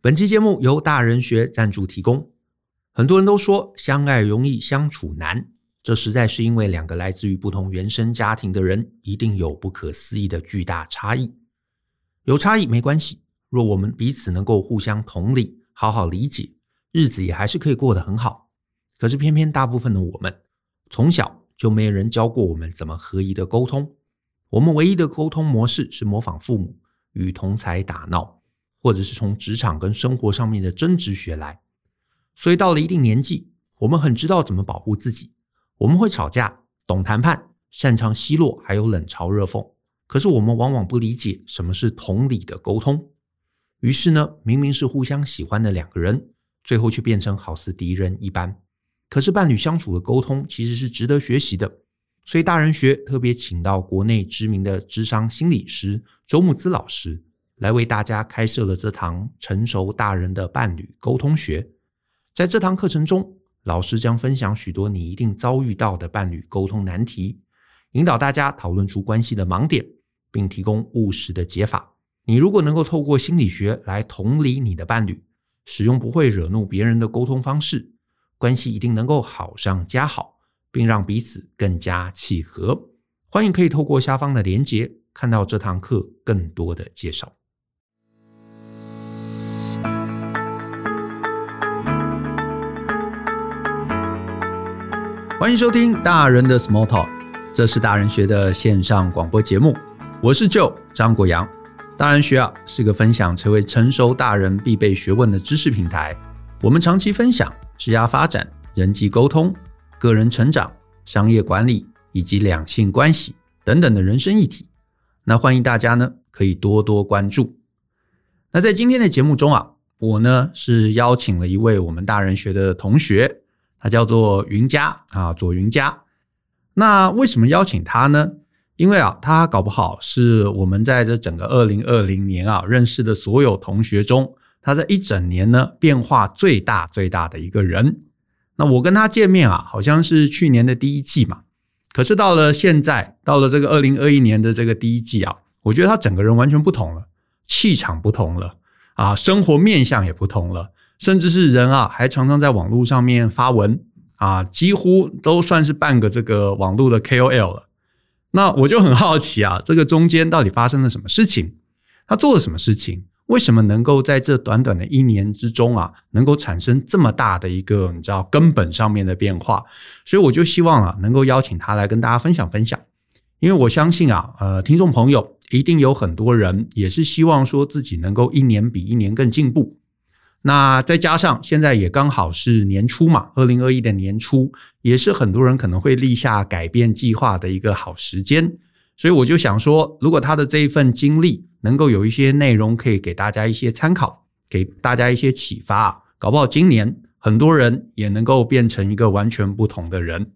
本期节目由大人学赞助提供。很多人都说相爱容易相处难，这实在是因为两个来自于不同原生家庭的人一定有不可思议的巨大差异。有差异没关系，若我们彼此能够互相同理，好好理解，日子也还是可以过得很好。可是偏偏大部分的我们，从小就没人教过我们怎么合宜的沟通。我们唯一的沟通模式是模仿父母与同才打闹，或者是从职场跟生活上面的争执学来。所以到了一定年纪，我们很知道怎么保护自己。我们会吵架，懂谈判，擅长奚落，还有冷嘲热讽。可是我们往往不理解什么是同理的沟通。于是呢，明明是互相喜欢的两个人，最后却变成好似敌人一般。可是伴侣相处的沟通其实是值得学习的，所以大人学特别请到国内知名的智商心理师周木之老师来为大家开设了这堂成熟大人的伴侣沟通学。在这堂课程中，老师将分享许多你一定遭遇到的伴侣沟通难题，引导大家讨论出关系的盲点，并提供务实的解法。你如果能够透过心理学来同理你的伴侣，使用不会惹怒别人的沟通方式，关系一定能够好上加好，并让彼此更加契合。欢迎可以透过下方的连结看到这堂课更多的介绍。欢迎收听《大人的 Small Talk》，这是大人学的线上广播节目。我是舅张国阳。大人学啊是个分享成为成熟大人必备学问的知识平台。我们长期分享职涯发展、人际沟通、个人成长、商业管理以及两性关系等等的人生议题。那欢迎大家呢可以多多关注。那在今天的节目中啊，我呢是邀请了一位我们大人学的同学。他叫做云佳啊，左云佳。那为什么邀请他呢？因为啊，他搞不好是我们在这整个二零二零年啊认识的所有同学中，他在一整年呢变化最大最大的一个人。那我跟他见面啊，好像是去年的第一季嘛。可是到了现在，到了这个二零二一年的这个第一季啊，我觉得他整个人完全不同了，气场不同了啊，生活面相也不同了。甚至是人啊，还常常在网络上面发文啊，几乎都算是半个这个网络的 KOL 了。那我就很好奇啊，这个中间到底发生了什么事情？他做了什么事情？为什么能够在这短短的一年之中啊，能够产生这么大的一个你知道根本上面的变化？所以我就希望啊，能够邀请他来跟大家分享分享，因为我相信啊，呃，听众朋友一定有很多人也是希望说自己能够一年比一年更进步。那再加上现在也刚好是年初嘛，二零二一的年初，也是很多人可能会立下改变计划的一个好时间。所以我就想说，如果他的这一份经历能够有一些内容可以给大家一些参考，给大家一些启发，啊搞不好今年很多人也能够变成一个完全不同的人。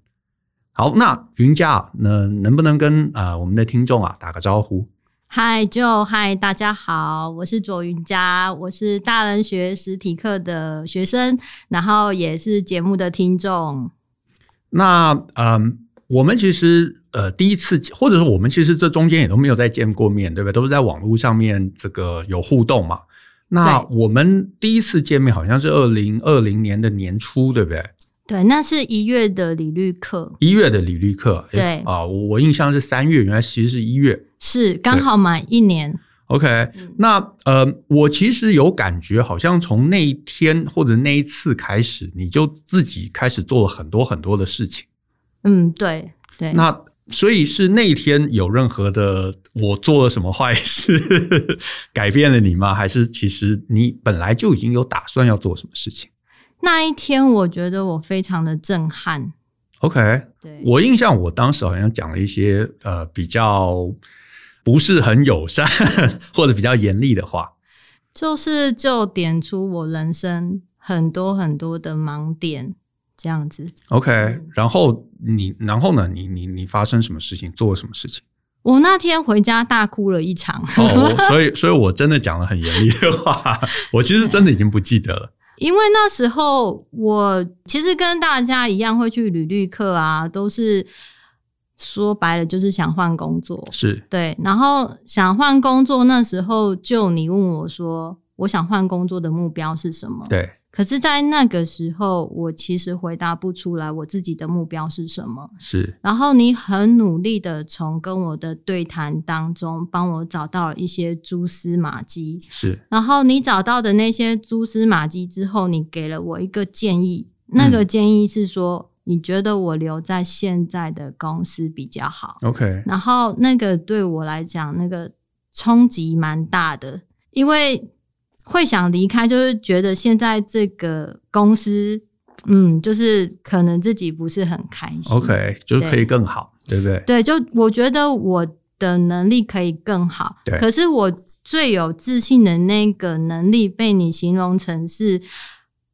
好，那云佳、啊，那能不能跟啊、呃、我们的听众啊打个招呼？嗨，就嗨，大家好，我是左云佳，我是大人学实体课的学生，然后也是节目的听众。那嗯，我们其实呃第一次，或者说我们其实这中间也都没有再见过面，对不对？都是在网络上面这个有互动嘛。那我们第一次见面好像是二零二零年的年初，对不对？对，那是一月的理律课，一月的理律课，诶对啊，我我印象是三月，原来其实是一月。是刚好满一年。 OK，、那呃，我其实有感觉，好像从那一天或者那一次开始，你就自己开始做了很多很多的事情。嗯，对对，那所以是那一天有任何的我做了什么坏事 改变了你吗？还是其实你本来就已经有打算要做什么事情那一天我觉得我非常的震撼。 ？OK，对，我印象我当时好像讲了一些呃比较不是很友善 或者比较严厉的话。就是就点出我人生很多很多的盲点，这样子。 OK，然后你然后呢？你你你发生什么事情？做了什么事 情？我那天回家大哭了一场，哦，所以所以我真的讲了很严厉的话，我其实真的已经不记得了。因为那时候我其实跟大家一样会去旅旅课啊，都是说白了就是想换工作， 是对，然后想换工作那时候就你问我说。我想换工作的目标是什么。对，可是，在那个时候，我其实回答不出来我自己的目标是什么。是，然后你很努力的从跟我的对谈当中，帮我找到了一些蛛丝马迹。是，然后你找到的那些蛛丝马迹之后，你给了我一个建议，那个建议是说，你觉得我留在现在的公司比较好。 OK，然后那个对我来讲，那个冲击蛮大的，因为会想离开，就是觉得现在这个公司，嗯，就是可能自己不是很开心。 OK，就是可以更好，对不对？对，就我觉得我的能力可以更好对，可是我最有自信的那个能力被你形容成是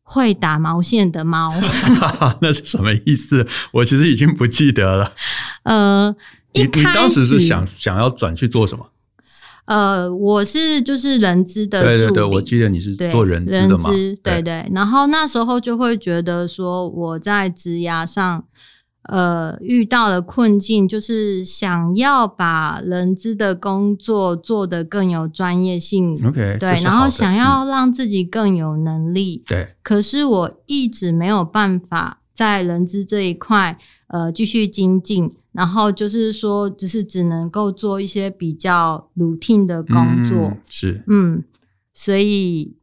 会打毛线 的猫， 那是什么意思？我其实已经不记得了。呃。你 一你开当时是始想想要转去做什么？呃，我是就是人资的对对助对，理我记得你是对做人资的嘛？人资对对。然后那时候就会觉得说，我在职涯上，呃，遇到了困境，就是想要把人资的工作做得更有专业性， ，OK，对这，是然好后的想嗯要让自己更有能力。对可是我一直没有办法在人资这一块，呃，继续精进。然后就是说，就是只能够做一些比较 routine 的工作。嗯是嗯，所以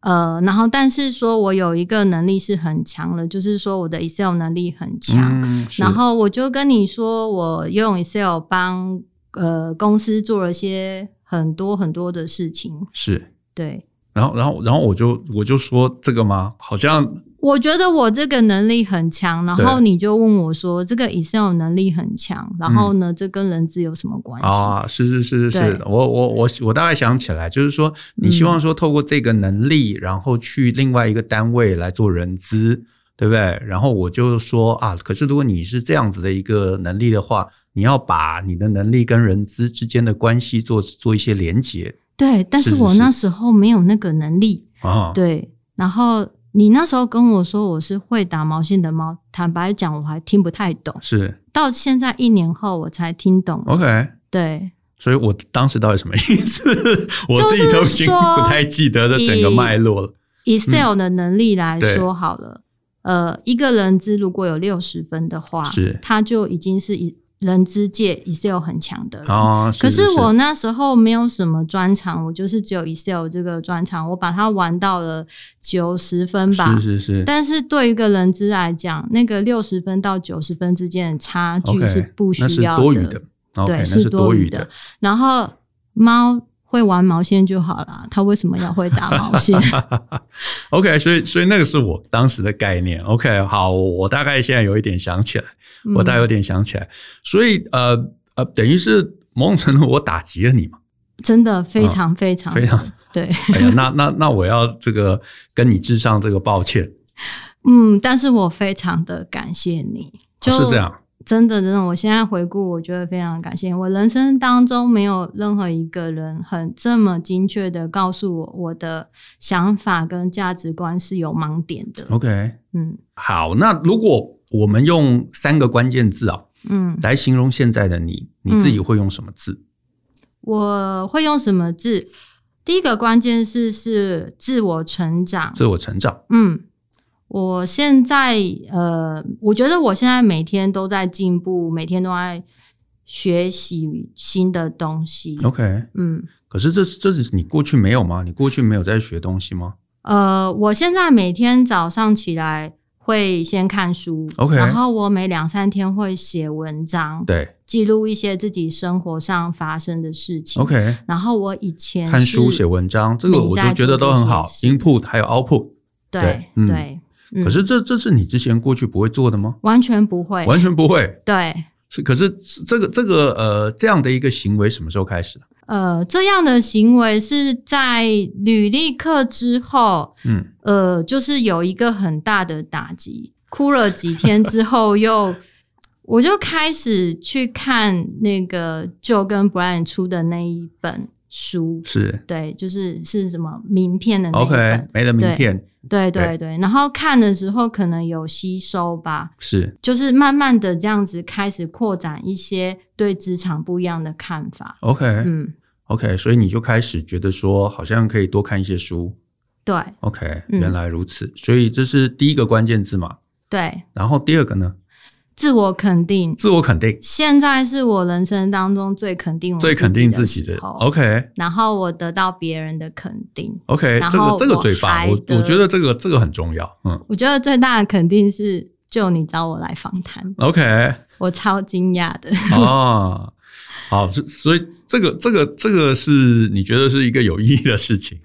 呃，然后但是说我有一个能力是很强的，就是说我的 Excel 能力很强。嗯是然后我就跟你说，我用 Excel 帮呃公司做了些很多很多的事情。是，对，然后然后然后我就我就说这个吗？好像我觉得我这个能力很强，然后对你就问我说，这个 Excel 能力很强，然后呢，这跟人资有什么关系？嗯啊，是是是是是对，嗯我我我我大概想起来，就是说你希望说透过这个能力，然后去另外一个单位来做人资，对不对？然后我就说啊，可是如果你是这样子的一个能力的话，你要把你的能力跟人资之间的关系做做一些连结对，但是是是我是那时候没有那个能力。啊，对，然后你那时候跟我说我是会打毛线的猫，坦白讲我还听不太懂，是到现在一年后我才听懂。 OK。对，所以我当时到底什么意思？ 我就是自己都已经说不太记得这整个脉络了。 Excel 的能力来嗯对说好了，呃，一个人资如果有六十分的话，是他就已经是以人资界 Excel 很强的了。啊，可是是我那时候没有什么专长，我就是只有 Excel 这个专长，我把它玩到了九十分吧。是是是，但是对于一个人资来讲，那个六十分到九十分之间的差距 OK，是不那是需要多余的。OK，对那是是多余余的。然后猫会玩毛线就好了，它为什么要会打毛线？ OK，所以所以那个是我当时的概念。OK，好，我我大概现在有一点想起来， 我大概有嗯、点想起来。所以呃呃，等于是某种程度我打击了你嘛，嗯真的非常非常、嗯非常。啊对，哎呀，那那那我要这个跟你致上这个抱歉，嗯，但是我非常的感谢你，就是哦这。样。真的，真的，我现在回顾，我觉得非常感谢你我人生当中没有任何一个人很这么精确的告诉我我的想法跟价值观是有盲点的。 OK，嗯好，那如果我们用三个关键字啊嗯，来形容现在的你，你自己会用什么字？我会用什么字？第一个关键字是自我成长。自我成长嗯，我现在呃，我觉得我现在每天都在进步，每天都在学习新的东西。 ，OK。嗯，可是这这是你过去没有吗？你过去没有在学东西吗？呃，我现在每天早上起来会先看书 OK 然后我每两三天会写文章，对记录一些自己生活上发生的事情。 ，OK。然后我以前看书、是写文章，这个我就觉得都很好你在做，input 还有 output。对对嗯对，嗯可是这这是你之前过去不会做的吗？完全不会，完全不会。对。是，可是这个这个呃这样的一个行为什么时候开始的？呃，这样的行为是在履历课之后，嗯，呃，就是有一个很大的打击。哭了几天之后又，我就开始去看那个就跟 Brian 出的那一本书，是对，就是是什么名片的那一本 OK，没了名片对对对对。然后看的时候可能有吸收吧，是就是慢慢哎的这样子开始扩展一些对职场不一样的看法。 OK。嗯， OK，所以你就开始觉得说，好像可以多看一些书。对 OK，嗯原来如此，所以这是第一个关键字嘛。对，然后第二个呢，自我肯定，自我肯定，现在是我人生当中最肯定我最肯定自己的的。时候 OK 然后我得到别人的肯定。 OK，然这个后这个我最棒，还我得我觉得这个这个很重要。嗯我觉得最大的肯定是，就你找我来访谈， ，OK，我超惊讶的。 哦，好，所所以这个这个这个是你觉得是一个有意义的事情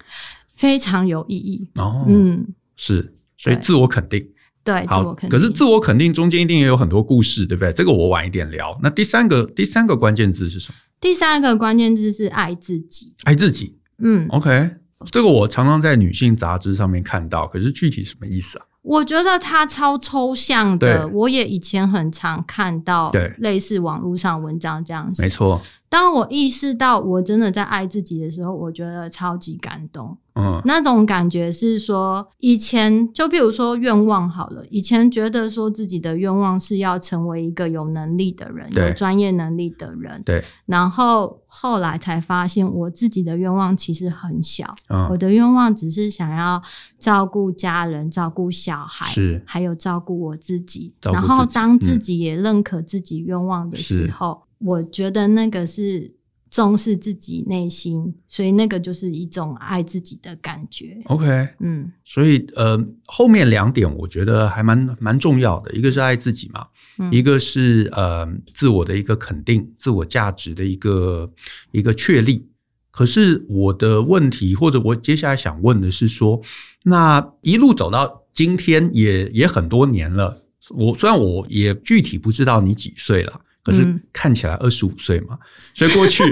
非常有意义。哦，嗯，是，所以对自我肯定。对，自我肯定。可是自我肯定中间一定也有很多故事，对不对？这个我晚一点聊。那第三个第三个关键字是什么？第三个关键字是爱自己。爱自己。嗯， OK，这个我常常在女性杂志上面看到，可是具体什么意思啊？我觉得它超抽象的。对我也以前很常看到对类似网络上文章这样没写。错，当我意识到我真的在爱自己的时候，我觉得超级感动。嗯，那种感觉是说，以前就比如说愿望好了，以前觉得说自己的愿望是要成为一个有能力的人，对有专业能力的人，对，然后后来才发现我自己的愿望其实很小，我嗯，的愿望只是想要照顾家人、照顾小孩，是还有照顾我自己。照顾然后自己嗯当自己也认可自己愿望的时候，我觉得那个是重视自己内心，所以那个就是一种爱自己的感觉。 OK。嗯所以呃，后面两点我觉得还蛮蛮重要的，一个是爱自己嘛，嗯一个是呃自我的一个肯定、自我价值的一个一个确立。可是我的问题，或者我接下来想问的是说，那一路走到今天也也很多年了，我虽然我也具体不知道你几岁了，可是嗯看起来二十五岁嘛，所以过去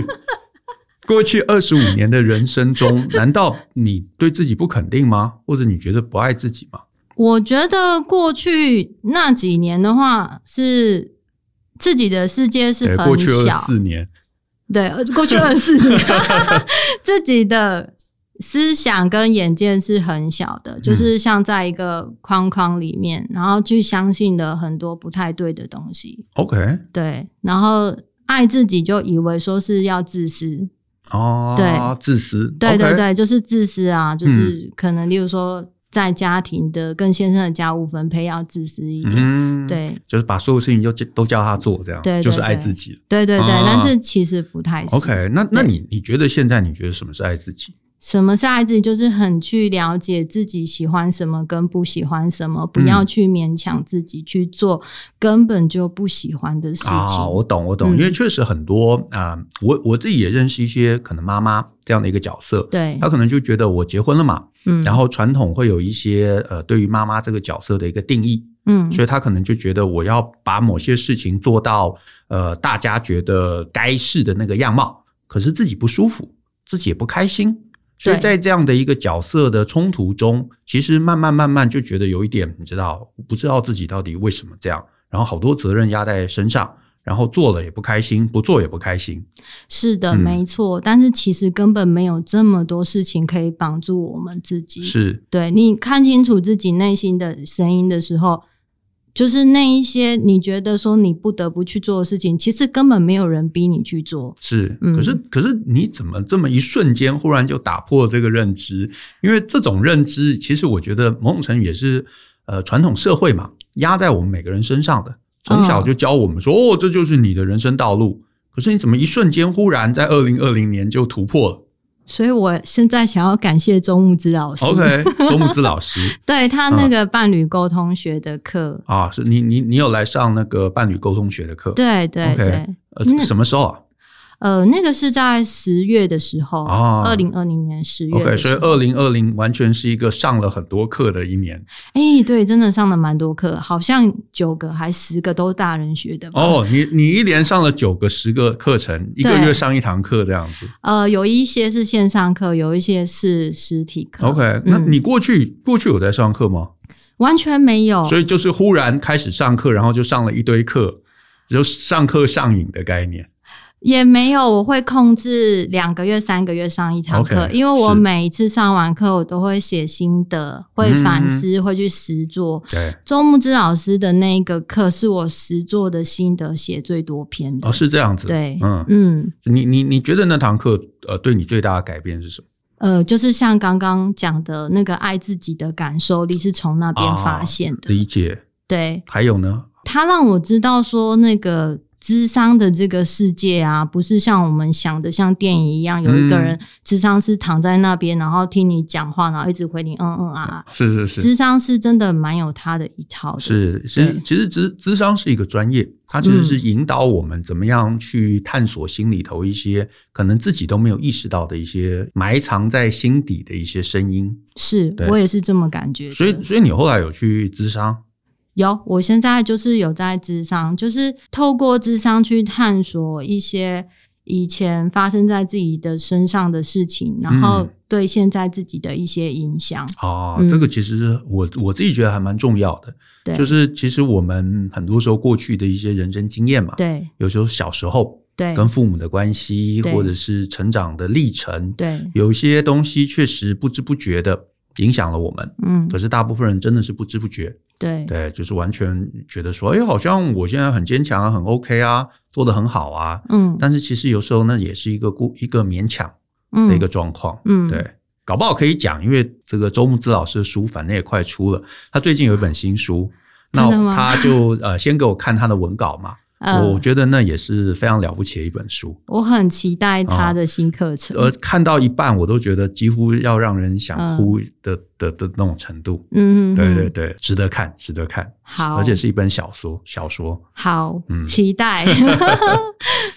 过去二十五年的人生中，难道你对自己不肯定吗？或者你觉得不爱自己吗？我觉得过去那几年的话是。自己的世界是对，很哎过去二小，四年，对，呃过去二十年， 自己的思想跟眼界是很小嗯的，就是像在一个框框里面，然后去相信了很多不太对的东西， OK，对，然后爱自己就以为说是要自私，哦，对自私，对 OK 对对，就是自私啊，就是可能例如说在家庭的跟先生的家务分配要自私一点，嗯，，对就是把所有事情就都叫他做，这样，对对就是爱对自己。对对对，啊但是其实不太是 OK，那那你你觉得现在你觉得什么是爱自己？什么是爱自己，就是很去了解自己喜欢什么跟不喜欢什么，不要去勉强自己去做根本就不喜欢的事情。啊，我懂，我懂，因嗯为确实很多啊、我我自己也认识一些可能妈妈这样的一个角色，对，她可能就觉得我结婚了嘛，嗯，然后传统会有一些呃对于妈妈这个角色的一个定义，嗯，所以她可能就觉得我要把某些事情做到呃大家觉得该是的那个样貌，可是自己不舒服，自己也不开心。所以对在这样的一个角色的冲突中，其实慢慢慢慢就觉得有一点，你知道，不知道自己到底为什么这样，然后好多责任压在身上，然后做了也不开心，不做也不开心。是的，嗯没错。但是其实根本没有这么多事情可以绑住我们自己。是，对你看清楚自己内心的声音的时候，就是那一些你觉得说你不得不去做的事情，其实根本没有人逼你去做。是，嗯可是可是你怎么这么一瞬间忽然就打破这个认知？因为这种认知，其实我觉得某种程度也是呃传统社会嘛压在我们每个人身上的，从小就教我们说、嗯哦，这就是你的人生道路。可是你怎么一瞬间忽然在二零二零年就突破了所以我现在想要感谢周牧之老师。 ？OK，周牧之老 师对他那嗯个伴侣沟通学的课，啊，是你你你有来上那个伴侣沟通学的课？对嗯对 OK 对呃，什么时候啊？呃，那个是在十月的时候，哦二零二零年十月 OK，的所以时候。二零二零完全是一个上了很多课的一年哎、对，真的上了蛮多课，好像九个还十个都大人学的吧。哦，你你一连上了九个、十个课程，一个月上一堂课这样子。呃，有一些是线上课，有一些是实体课。 OK，、嗯那你过去过去有在上课吗？完全没有，所以就是忽然开始上课，然后就上了一堆课，就上课上瘾的概念。也没有，我会控制两个月、三个月上一堂课 OK，因为是我每一次上完课，我都会写心得，会嗯反思，会去实做。对，周牧之老师的那个课是我实做的心得写最多篇的，哦，是这样子，对，嗯，嗯，你你你觉得那堂课呃对你最大的改变是什么？呃，就是像刚刚讲的那个爱自己的感受力是从那边发现的，哦理解，对，还有呢？他让我知道说那个。智商的这个世界啊，不是像我们想的像电影一样，有一个嗯人智商是躺在那边，然后听你讲话，然后一直回你嗯嗯啊啊。是是是智商是真的蛮有他的一套的，是，其实其实智智商是一个专业，它其实嗯是引导我们怎么样去探索心里头一些可能自己都没有意识到的一些埋藏在心底的一些声音。是对我也是这么感觉的。所以所以你后来有去智商？有，我现在就是有在智商，就是透过智商去探索一些以前发生在自己的身上的事情，然后嗯对现在自己的一些影响。啊，嗯这个其实是我我自己觉得还蛮重要的，对，就是其实我们很多时候过去的一些人生经验嘛，对有时候小时候对跟父母的关系，对或者是成长的历程，对，有一些东西确实不知不觉的影响了我们。嗯，可是大部分人真的是不知不觉，对对，就是完全觉得说，哎，好像我现在很坚强啊，很 OK 啊，做得很好啊。嗯但是其实有时候呢，也是一个故一个勉强嗯的一个状况。嗯对，搞不好可以讲，因为这个周牧之老师的书反正也快出了，他最近有一本新书，那真的吗他就呃先给我看他的文稿嘛，呃我觉得那也是非常了不起的一本书。我很期待啊他的新课程。呃，看到一半我都觉得几乎要让人想哭的、的的那种程度。嗯嗯，嗯对对嗯对，值得看，值得看。好而且是一本小说，小说。好，嗯期 待。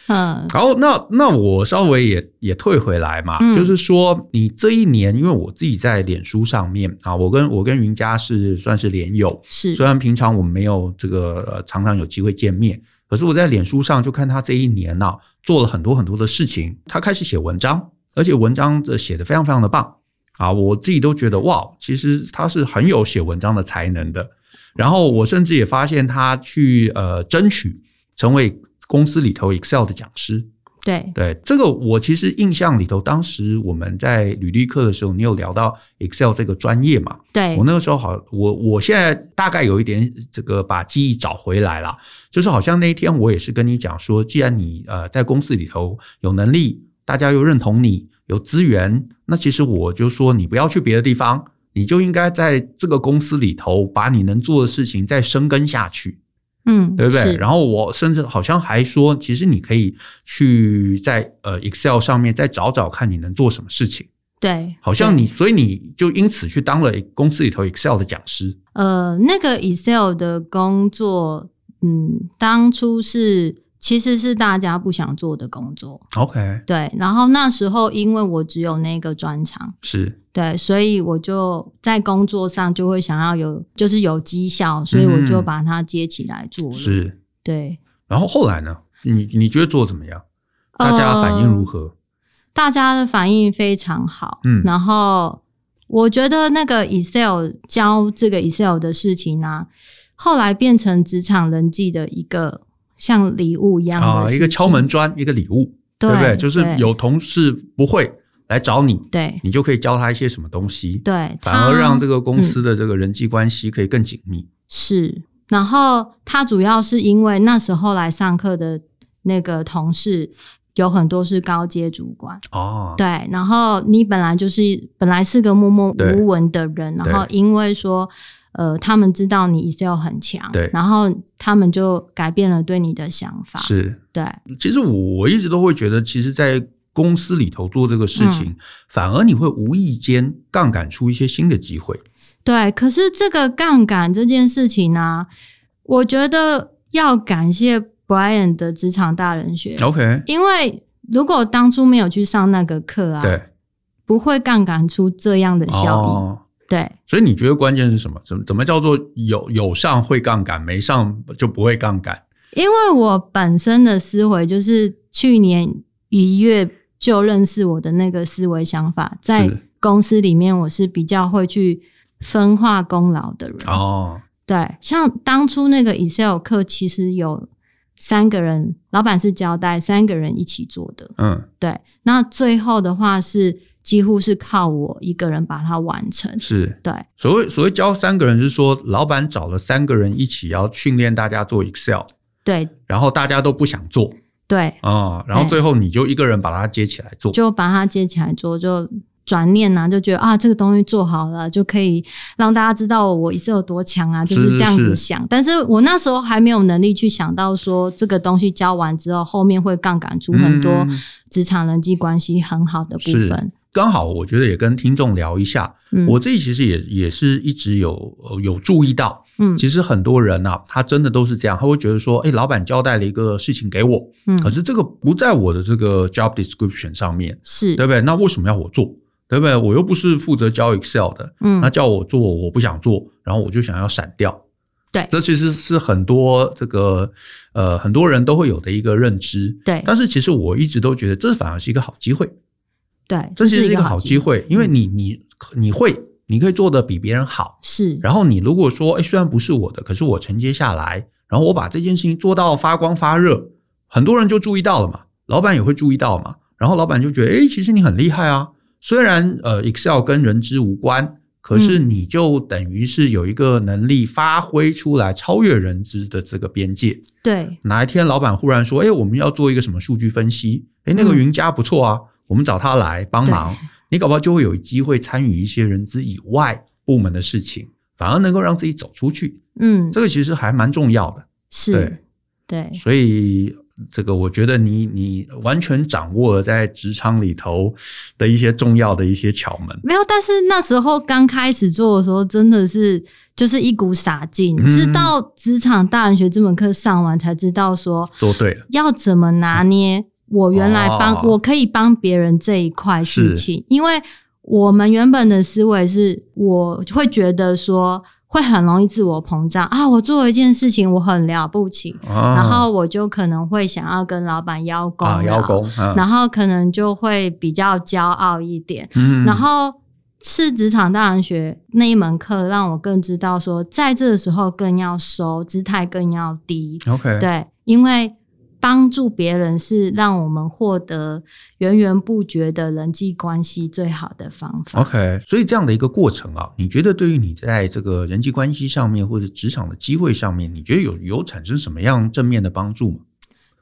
嗯然后那那我稍微也也退回来嘛，嗯就是说你这一年，因为我自己在脸书上面啊，我跟我跟云家是算是连友，是虽然平常我们没有这个、呃、常常有机会见面，可是我在脸书上就看他这一年呐、做了很多很多的事情，他开始写文章，而且文章这写的非常非常的棒啊，我自己都觉得哇，其实他是很有写文章的才能的。然后我甚至也发现他去呃争取成为公司里头 Excel 的讲师。对对这个，我其实印象里头，当时我们在履历课的时候，你有聊到 Excel 这个专业嘛？对我那个时候好，我我现在大概有一点这个把记忆找回来了，就是好像那一天我也是跟你讲说，既然你呃在公司里头有能力，大家又认同你有资源，那其实我就说你不要去别的地方，你就应该在这个公司里头把你能做的事情再深耕下去，嗯，对不对？是然后我甚至好像还说，其实你可以去在呃 Excel 上面再找找看你能做什么事情。对，好对像你，所以你就因此去当了公司里头 Excel 的讲师。呃，那个 Excel 的工作，嗯，当初是其实是大家不想做的工作， OK，对。然后那时候因为我只有那个专长，是对，所以我就在工作上就会想要有就是有绩效，所以我就嗯把它接起来做了。是。对，然后后来呢？你你觉得做得怎么样？大家反应如呃何？大家的反应非常好，嗯然后我觉得那个 Excel 教这个 Excel 的事情啊，后来变成职场人际的一个像礼物一样的啊，事情一个敲门，砖，一个礼物，对不对？就是对有同事不会来找你，对你就可以教他一些什么东西，对，嗯反而它让这个公司的这个人际关系可以更紧密。是，然后他主要是因为那时候来上课的那个同事有很多是高阶主管，哦，对，然后你本来就是本来是个默默对无闻的人，对然后因为说，呃，他们知道你 Excel 很强，对然后他们就改变了对你的想法，是。对，其实我我一直都会觉得，其实，在公司里头做这个嗯事情，反而你会无意间杠杆出一些新的机会。对。可是这个杠杆这件事情呢、我觉得要感谢 Brian 的职场大人学， OK，因为如果当初没有去上那个课啊，对，不会杠杆出这样的效益，哦对。所以你觉得关键是什么？怎么怎么叫做有有上会杠杆，没上就不会杠杆？因为我本身的思维就是去年一月就认识我的那个思维想法，在公司里面我是比较会去分化功劳的人。哦，对，像当初那个 Excel 课，其实有三个人，老板是交代三个人一起做的，嗯，对。那最后的话是几乎是靠我一个人把它完成，是对，所谓所谓教三个人，是说老板找了三个人一起要训练大家做 Excel，对，然后大家都不想做对，啊、然后最后你就一个人把它接起来做，就把它接起来做，就转念呐、就觉得啊，这个东西做好了，就可以让大家知道我一次有多强啊，就是是这样是子想。但是我那时候还没有能力去想到说，这个东西教完之后，后面会杠杆出很多嗯职场人际关系很好的部是分。刚好我觉得也跟听众聊一下，嗯，我自己其实也也是一直有呃有注意到，嗯其实很多人啊，他真的都是这样，他会觉得说，哎，老板交代了一个事情给我，嗯可是这个不在我的这个 job description 上面，是对不对？那为什么要我做？对不对？我又不是负责教 Excel 的，嗯那叫我做我不想做，然后我就想要闪掉。对这其实是很多这个呃很多人都会有的一个认知。对但是其实我一直都觉得这反而是一个好机会，对，这其实是是一个好机机会，会，因为你你你会，你可以做的比别人好。是然后你如果说，哎，虽然不是我的，可是我承接下来，然后我把这件事情做到发光发热，很多人就注意到了嘛，老板也会注意到嘛，然后老板就觉得，哎，其实你很厉害啊，虽然呃 Excel 跟人资无关，可是你就等于是有一个能力发挥出来，超越人资的这个边界。对哪一天老板忽然说，哎，我们要做一个什么数据分析，哎，那个嗯云家不错啊，我们找他来帮忙，你搞不好就会有机会参与一些人资以外部门的事情，反而能够让自己走出去，嗯这个其实还蛮重要的。是对，对所以这个我觉得你你完全掌握了在职场里头的一些重要的一些窍门。没有，但是那时候刚开始做的时候，真的是就是一股傻劲，嗯直到职场大人学这门课上完，才知道说做对了，要怎么拿捏。我原来帮、哦我可以帮别人这一块事情，因为我们原本的思维是，我会觉得说会很容易自我膨胀啊，我做一件事情我很了不起，啊、然后我就可能会想要跟老板邀功啊劳，邀功，啊、然后可能就会比较骄傲一点。嗯然后是职场大人学那一门课，让我更知道说，在这个时候更要收，姿态更要低。 OK 对，因为帮助别人是让我们获得源源不绝的人际关系最好的方法。 OK，所以这样的一个过程啊，你觉得对于你在这个人际关系上面或者职场的机会上面，你觉得有有产生什么样正面的帮助吗？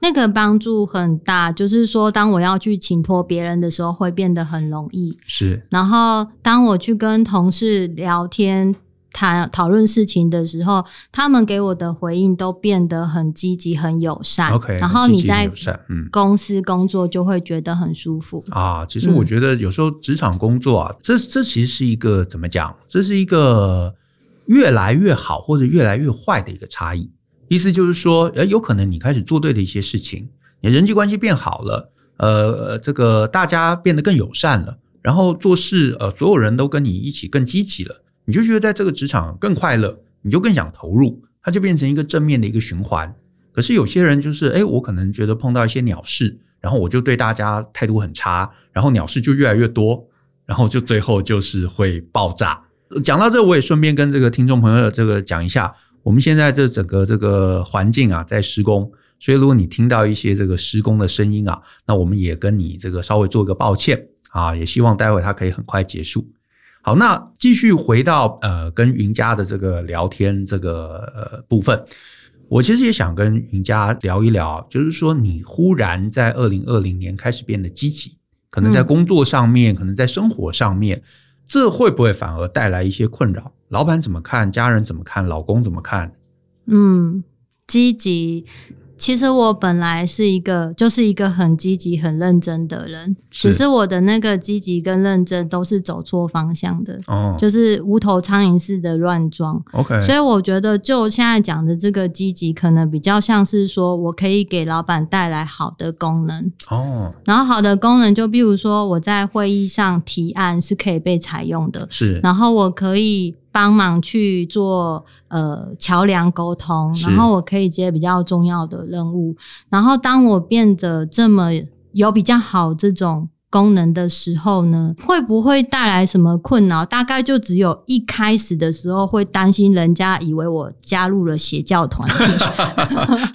那个帮助很大，就是说，当我要去请托别人的时候，会变得很容易。是，然后当我去跟同事聊天、谈讨论事情的时候，他们给我的回应都变得很积极、很友善。 OK，啊然后积你极在友善嗯公司工作就会觉得很舒服。啊，其实我嗯觉得有时候职场工作啊，这这其实是一个怎么讲？这是一个越来越好或者越来越坏的一个差异。意思就是说，呃，有可能你开始做对的一些事情，你的人际关系变好了，呃呃，这个大家变得更友善了，然后做事呃，所有人都跟你一起更积极了，你就觉得在这个职场更快乐，你就更想投入，它就变成一个正面的一个循环。可是有些人就是，哎，我可能觉得碰到一些鸟事，然后我就对大家态度很差，然后鸟事就越来越多，然后就最后就是会爆炸。呃讲到这，我也顺便跟这个听众朋友这个讲一下，我们现在这整个这个环境啊在施工，所以如果你听到一些这个施工的声音啊，那我们也跟你这个稍微做个抱歉啊，也希望待会它可以很快结束。好，那继续回到呃跟云家的这个聊天这个呃部分，我其实也想跟云家聊一聊，就是说你忽然在二零二零年开始变得积极，可能在嗯工作上面，可能在生活上面，这会不会反而带来一些困扰？老板怎么看？家人怎么看？老公怎么看？嗯，积极。其实我本来是一个，就是一个很积极、很认真的人，是只是我的那个积极跟认真都是走错方向的，哦就是无头苍蝇似的乱撞。 ，OK，所以我觉得，就现在讲的这个积极，可能比较像是说我可以给老板带来好的功能，哦，然后好的功能就比如说我在会议上提案是可以被采用的，是然后我可以帮忙去做呃桥梁沟通，是然后我可以接比较重要的任务，然后当我变得这么有比较好这种功能的时候呢，会不会带来什么困扰？大概就只有一开始的时候会担心人家以为我加入了邪教团 体。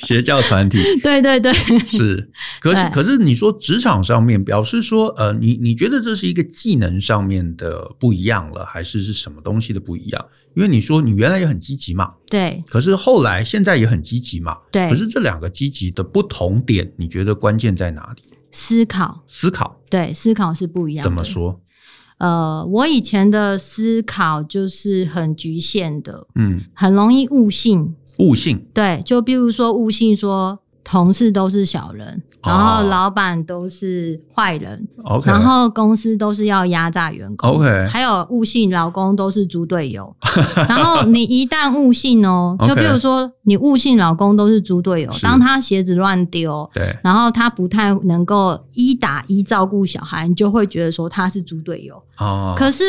邪教团 体对对对，是，可是对可是你说职场上面，表示说，呃，你你觉得这是一个技能上面的不一样了，还是是什么东西的不一样？因为你说你原来也很积极嘛，对可是后来现在也很积极嘛，对可，是这两个积极的不同点，你觉得关键在哪里？思考思考对思考是不一样的。怎么？说？呃，我以前的思考就是很局限的，嗯，很容易悟性。悟性对，就比如说悟性说同事都是小人，哦然后老板都是坏人， ，OK，然后公司都是要压榨员工 OK 还有悟性老公都是猪队友。 然后你一旦悟性哦，就 OK 比如说你悟性老公都是猪队友，是当他鞋子乱丢。对然后他不太能够一打一照顾小孩，你就会觉得说他是猪队友。哦可是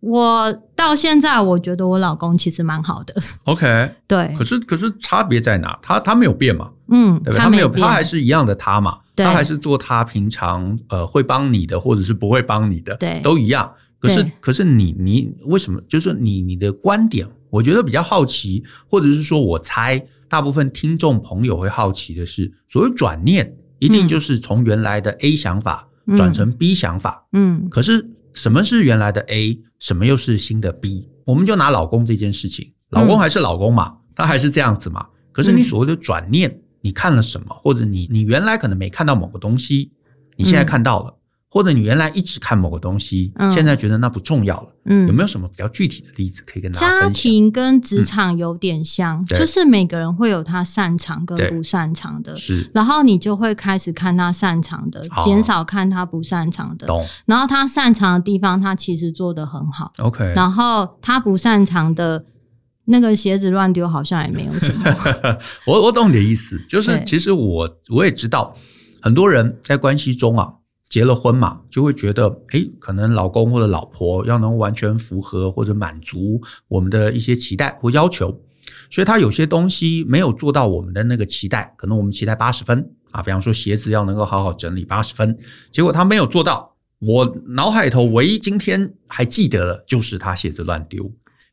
我到现在，我觉得我老公其实蛮好的， ，OK，对，可是可是差别在哪？他他没有变嘛，嗯，对不对？他没有，变他还是一样的他嘛，对他还是做他平常呃会帮你的，或者是不会帮你的，对都一样。可是对可是你你为什么？就是你你的观点，我觉得比较好奇，或者是说我猜大部分听众朋友会好奇的是，所谓转念，一定嗯就是从原来的 A 想法嗯转成 B 想法，嗯可是什么是原来的 A，什么又是新的 B？我们就拿老公这件事情，老公还是老公嘛，他还是这样子嘛。可是你嗯所谓的转念，你看了什么，或者你你原来可能没看到某个东西，你现在嗯看到了，或者你原来一直看某个东西，嗯现在觉得那不重要了，嗯，有没有什么比较具体的例子可以跟大家家分享？庭跟职场有点像，对就是每个人会有他擅长跟对不擅长的。是然后你就会开始看他擅长的哦，减少看他不擅长的。懂然后他擅长的地方，他其实做得很好。 OK，然后他不擅长的那个鞋子乱丢，好像也没有什 么。我我懂你的意思，就是对其实我我也知道，很多人在关系中啊，结了婚嘛，就会觉得，诶，可能老公或者老婆要能完全符合或者满足我们的一些期待或要求，所以他有些东西没有做到我们的那个期待，可能我们期待八十分啊，比方说鞋子要能够好好整理八十分，结果他没有做到。我脑海头唯一今天还记得的就是他鞋子乱丢，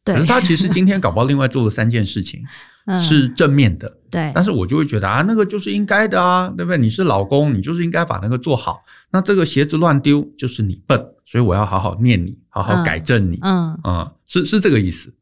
可对是，他其实今天搞不好另外做了三件事情 嗯，是正面的，对，但是我就会觉得啊，那个就是应该的啊，对不对？你是老公，你就是应该把那个做好。那这个鞋子乱丢，就是你笨，所以我要好好念你，好好嗯改正你。嗯，嗯是是这个意思，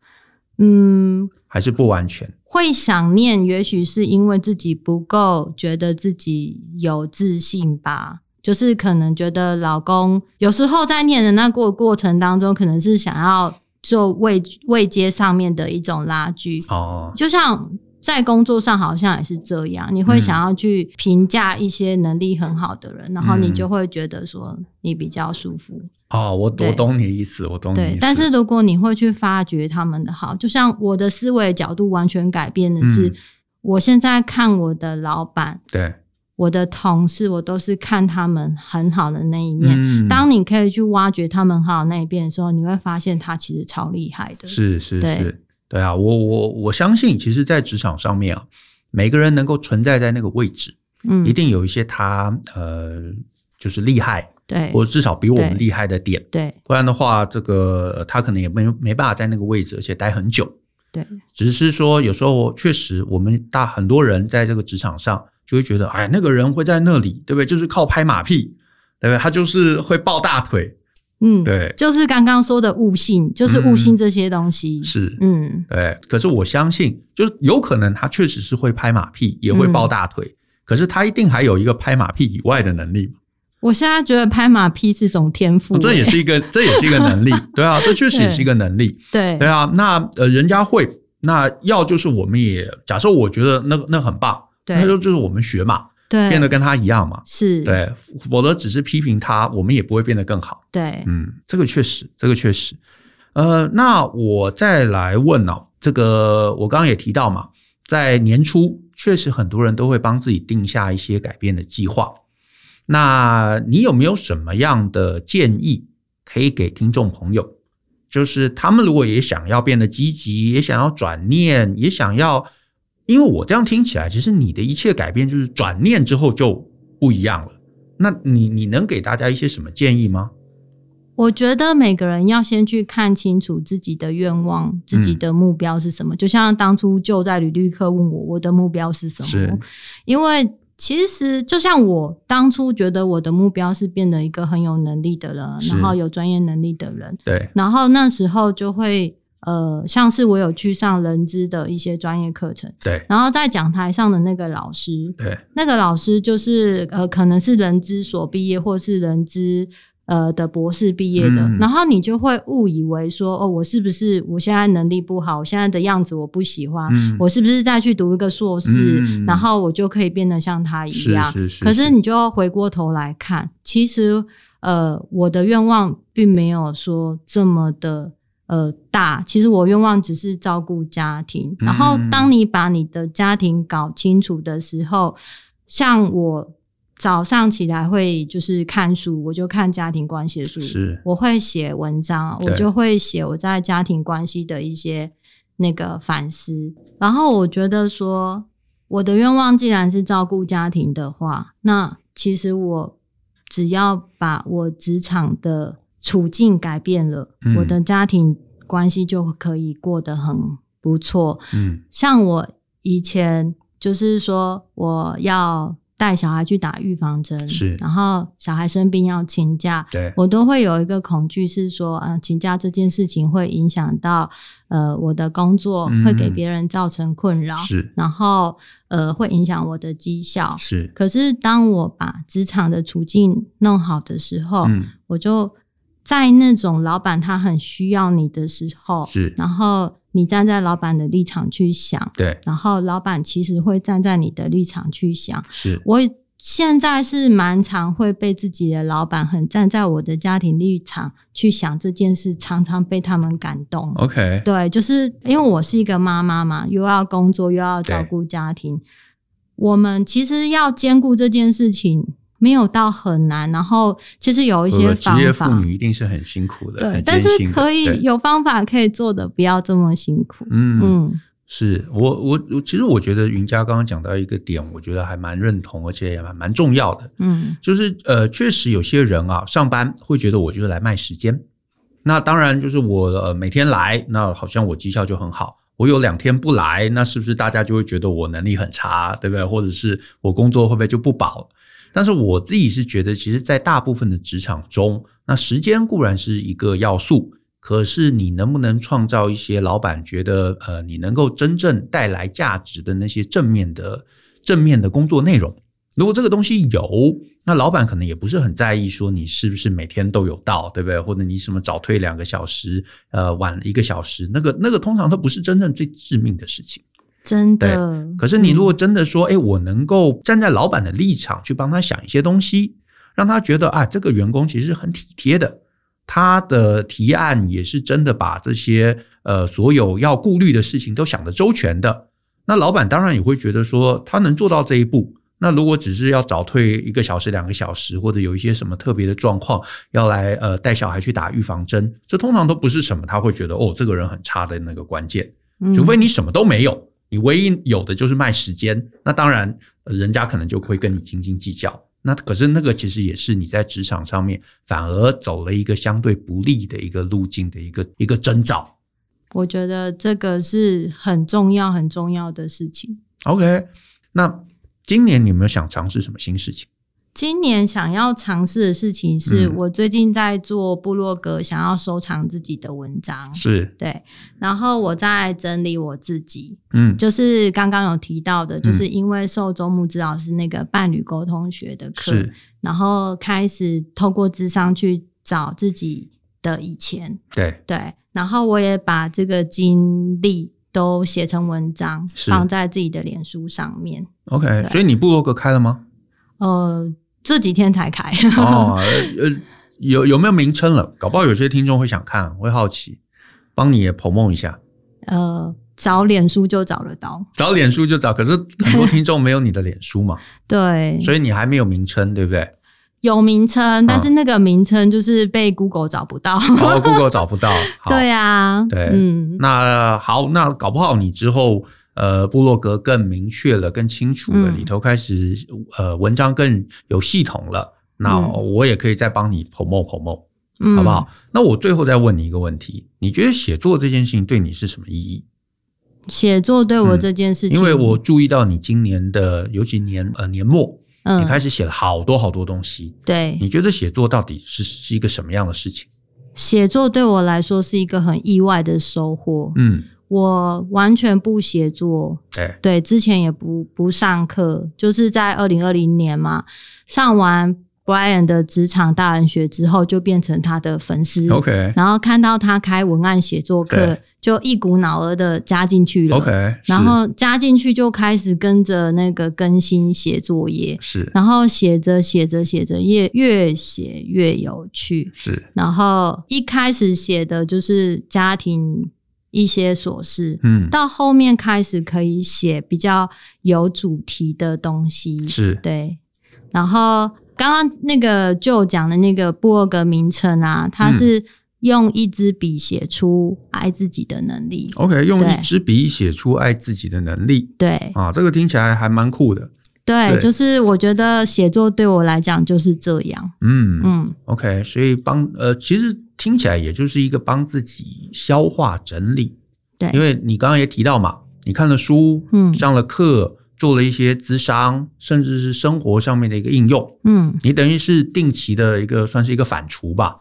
嗯，还是不完全？会想念，也许是因为自己不够觉得自己有自信吧。就是可能觉得老公有时候在念的那过过程当中，可能是想要做位位阶上面的一种拉锯，哦，就像。在工作上好像也是这样，你会嗯想要去评价一些能力很好的人，然后你嗯就会觉得说你比较舒服。哦，我我对懂你的意思，我懂你的意思。，对但是如果你会去发掘他们的好，就像我的思维角度完全改变的是，嗯我现在看我的老板、对，我的同事，我都是看他们很好的那一面。嗯当你可以去挖掘他们好的那一面的时候，你会发现他其实超厉害的。是是对是，对啊，我我我相信，其实，在职场上面啊，每个人能够存在在那个位置，嗯一，定有一些他呃，就是厉害，对或者至少比我们对厉害的点。对不然的话，这个呃他可能也没没办法在那个位置，而且待很久。对只是说，有时候确实我们大很多人在这个职场上就会觉得，哎，那个人会在那里，对不对？就是靠拍马屁，对不对？他就是会抱大腿，嗯，对，嗯就是刚刚说的悟性，就是悟性这些东西。是，嗯，对。可是我相信，就是有可能他确实是会拍马屁，也会抱大嗯腿，可是他一定还有一个拍马屁以外的能力嘛。我现在觉得拍马屁是种天赋、哦这也欸是一个，这也是一个能 力，对啊，这确实也是一个能力。对对啊，那呃，人家会，那要就是我们也假设，我觉得那那很棒，对那就就是我们学嘛，对，变得跟他一样嘛，是，对，否则只是批评他，我们也不会变得更好。对，嗯，这个确实，这个确实。呃，那我再来问哦，这个我刚刚也提到嘛，在年初确实很多人都会帮自己定下一些改变的计划。那你有没有什么样的建议可以给听众朋友？就是他们如果也想要变得积极，也想要转念，也想要，因为我这样听起来，其实你的一切改变就是转念之后就不一样了。那你你能给大家一些什么建议吗？我觉得每个人要先去看清楚自己的愿望、自己的目标是什么。就像当初就在履历课问我我的目标是什嗯么，因为其实就像我当初觉得我的目标是变得一个很有能力的人，是然后有专业能力的人，对，然后那时候就会呃，像是我有去上人资的一些专业课程，对，然后在讲台上的那个老师，对，那个老师就是呃，可能是人资所毕业，或是人资呃的博士毕业的，嗯然后你就会误以为说，哦，我是不是我现在能力不好，我现在的样子我不喜欢，嗯，我是不是再去读一个硕士，嗯然后我就可以变得像他一是样？是是，可是你就回过头来看，其实呃，我的愿望并没有说这么的呃大。其实我愿望只是照顾家庭。然后嗯当你把你的家庭搞清楚的时候，像我早上起来会就是看书，我就看家庭关系的书。是我会写文章，我对就会写我在家庭关系的一些那个反思。然后我觉得说，我的愿望既然是照顾家庭的话，那其实我只要把我职场的处境改变了，嗯我的家庭关系就可以过得很不错。嗯像我以前就是说我要带小孩去打预防针，是然后小孩生病要请假，对，我都会有一个恐惧，是说，呃，请假这件事情会影响到呃我的工作，嗯会给别人造成困扰，是然后呃会影响我的绩效。是，可是当我把职场的处境弄好的时候，嗯我就在那种老板他很需要你的时候，是然后你站在老板的立场去想，对然后老板其实会站在你的立场去想，是我现在是蛮常会被自己的老板很站在我的家庭立场去想这件事，常常被他们感动。 OK 对，就是因为我是一个妈妈嘛，又要工作又要照顾家庭，我们其实要兼顾这件事情没有到很难。然后其实有一些呃职方业妇法，女一定是很辛苦的，对很，但艰是辛的可以对有方法可以做的，不要这么辛苦。嗯。嗯是我我我，其实我觉得云佳刚刚讲到一个点，我觉得还蛮认同，而且也蛮蛮重要的。嗯就是呃，确实有些人啊，上班会觉得我就是来卖时间。那当然就是我呃每天来，那好像我绩效就很好。我有两天不来，那是不是大家就会觉得我能力很差，对不对？或者是我工作会不会就不保？但是我自己是觉得，其实，在大部分的职场中，那时间固然是一个要素，可是你能不能创造一些老板觉得呃你能够真正带来价值的那些正面的正面的工作内容？如果这个东西有，那老板可能也不是很在意说你是不是每天都有到，对不对？或者你什么早退两个小时，呃，晚一个小时，那个那个通常都不是真正最致命的事情。真的。可是你如果嗯真的说，哎、我能够站在老板的立场去帮他想一些东西，让他觉得啊，这个员工其实很体贴的，他的提案也是真的把这些呃所有要顾虑的事情都想得周全的，那老板当然也会觉得说，他能做到这一步。那如果只是要早退一个小时、两个小时，或者有一些什么特别的状况，要来呃带小孩去打预防针，这通常都不是什么他会觉得哦这个人很差的那个关键。嗯除非你什么都没有，你唯一有的就是卖时间。那当然，呃人家可能就会跟你斤斤计较。那可是那个其实也是你在职场上面反而走了一个相对不利的一个路径的一个一个征兆。我觉得这个是很重要、很重要的事情。 OK，那今年你有没有想尝试什么新事情？今年想要尝试的事情是，嗯我最近在做部落格，想要收藏自己的文章，是，对，然后我在整理我自己，嗯，就是刚刚有提到的，就是因为受周牧之老师那个伴侣沟通学的课，是，然后开始透过智商去找自己的以前，对，对，然后我也把这个经历都写成文章，是放在自己的脸书上面。 OK。所以你部落格开了吗？呃，这几天才开。 哦，呃，呃有有没有名称了？搞不好有些听众会想看，会好奇，帮你也 promo 一下。呃，找脸书就找得到。找脸书就找，可是很多听众没有你的脸书嘛，对，所以你还没有名称，对不对？有名称，但是那个名称就是被 Google 找不到。然 后哦 Google 找不到，好对啊，对嗯，那好，那搞不好你之后呃，部落格更明确了，更清楚了，嗯里头开始呃，文章更有系统了。那嗯我也可以再帮你 promote promote，、嗯，好不？好？那我最后再问你一个问题，你觉得写作这件事情对你是什么意义？写作对我嗯这件事情，因为我注意到你今年的，尤其年呃年末，嗯你开始写了好多好多东西。对你觉得写作到底是是一个什么样的事情？写作对我来说是一个很意外的收获。嗯，我完全不写作，哎，对，之前也不不上课，就是在二零二零年嘛，上完 Brian 的职场大人学之后，就变成他的粉丝。 OK 然后看到他开文案写作课对，就一股脑儿的加进去了。 OK，然后加进去就开始跟着那个更新写作业，是然后写着写着写着，越越写越有趣。是然后一开始写的就是家庭一些琐事，嗯到后面开始可以写比较有主题的东西，是对。然后刚刚那个就讲的那个部落格名称啊，它嗯是用一支笔写出爱自己的能力， OK，用对一支笔写出爱自己的能力对啊，这个听起来还蛮酷的。对，对就是我觉得写作对我来讲就是这样，嗯嗯， OK，所以帮呃，其实听起来也就是一个帮自己消化整理。对因为你刚刚也提到嘛，你看了书，嗯上了课，做了一些咨商，甚至是生活上面的一个应用，嗯，你等于是定期的一个算是一个反刍吧。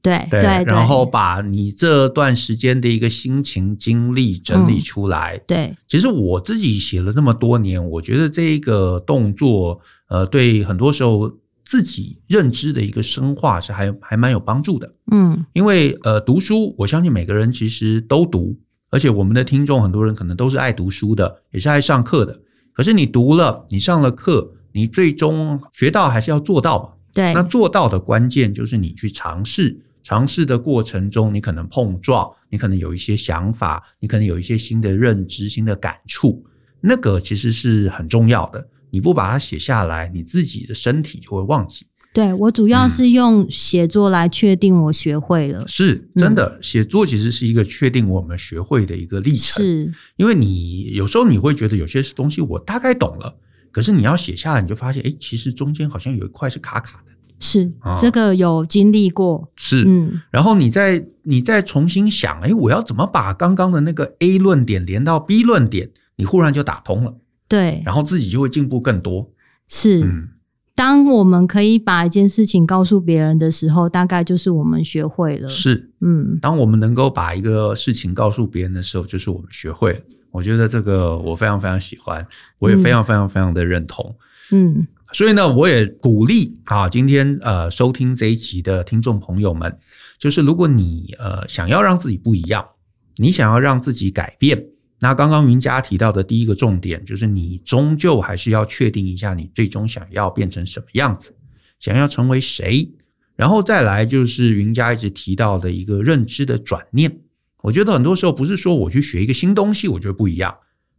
对对对，然后把你这段时间的一个心情经历整嗯理出来。对其实我自己写了那么多年，我觉得这个动作，呃，对很多时候自己认知的一个深化是还还蛮有帮助的。嗯因为呃，读书，我相信每个人其实都读，而且我们的听众很多人可能都是爱读书的，也是爱上课的。可是你读了，你上了课，你最终学到还是要做到嘛。对那做到的关键就是你去尝试，尝试的过程中，你可能碰撞，你可能有一些想法，你可能有一些新的认知、新的感触，那个其实是很重要的。你不把它写下来，你自己的身体就会忘记。对，我主要嗯是用写作来确定我学会了，是真嗯的，写作其实是一个确定我们学会的一个历程。是，因为你有时候你会觉得有些东西我大概懂了，可是你要写下来，你就发现，哎，其实中间好像有一块是卡卡的。是、啊这个有经历过，是嗯，然后你再你再重新想，哎，我要怎么把刚刚的那个 A 论点连到 B 论点？你忽然就打通了，对，然后自己就会进步更多。是。嗯，当我们可以把一件事情告诉别人的时候，大概就是我们学会了，是。嗯，当我们能够把一个事情告诉别人的时候，就是我们学会了。我觉得这个我非常非常喜欢，我也非常非常非常的认同。嗯，所以呢，我也鼓励啊，今天呃收听这一集的听众朋友们，就是如果你呃想要让自己不一样，你想要让自己改变，那刚刚云佳提到的第一个重点就是，你终究还是要确定一下你最终想要变成什么样子，想要成为谁，然后再来就是云佳一直提到的一个认知的转念。我觉得很多时候不是说我去学一个新东西，我觉得不一样。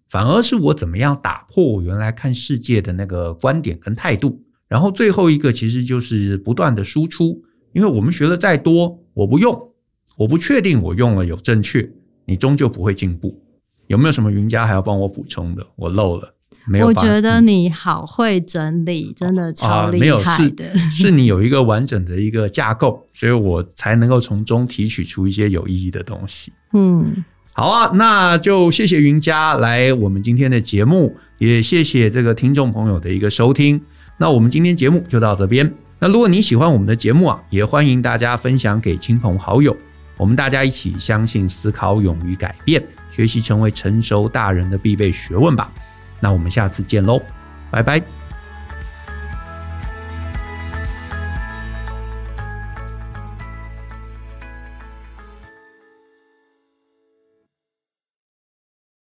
反而是我怎么样打破我原来看世界的那个观点跟态度。然后最后一个其实就是不断的输出，因为我们学了再多，我不用，我不确定我用了有正确，你终究不会进步。有没有什么云家还要帮我补充的？我漏了，没有我把？觉得嗯你好会整理，真的超啊，厉没有害是的，是你有一个完整的一个架构，所以我才能够从中提取出一些有意义的东西。嗯，好啊，那就谢谢云佳来我们今天的节目，也谢谢这个听众朋友的一个收听。那我们今天节目就到这边。那如果你喜欢我们的节目啊，也欢迎大家分享给亲朋好友，我们大家一起相信、思考、勇于改变，学习成为成熟大人的必备学问吧。那我们下次见喽，拜拜。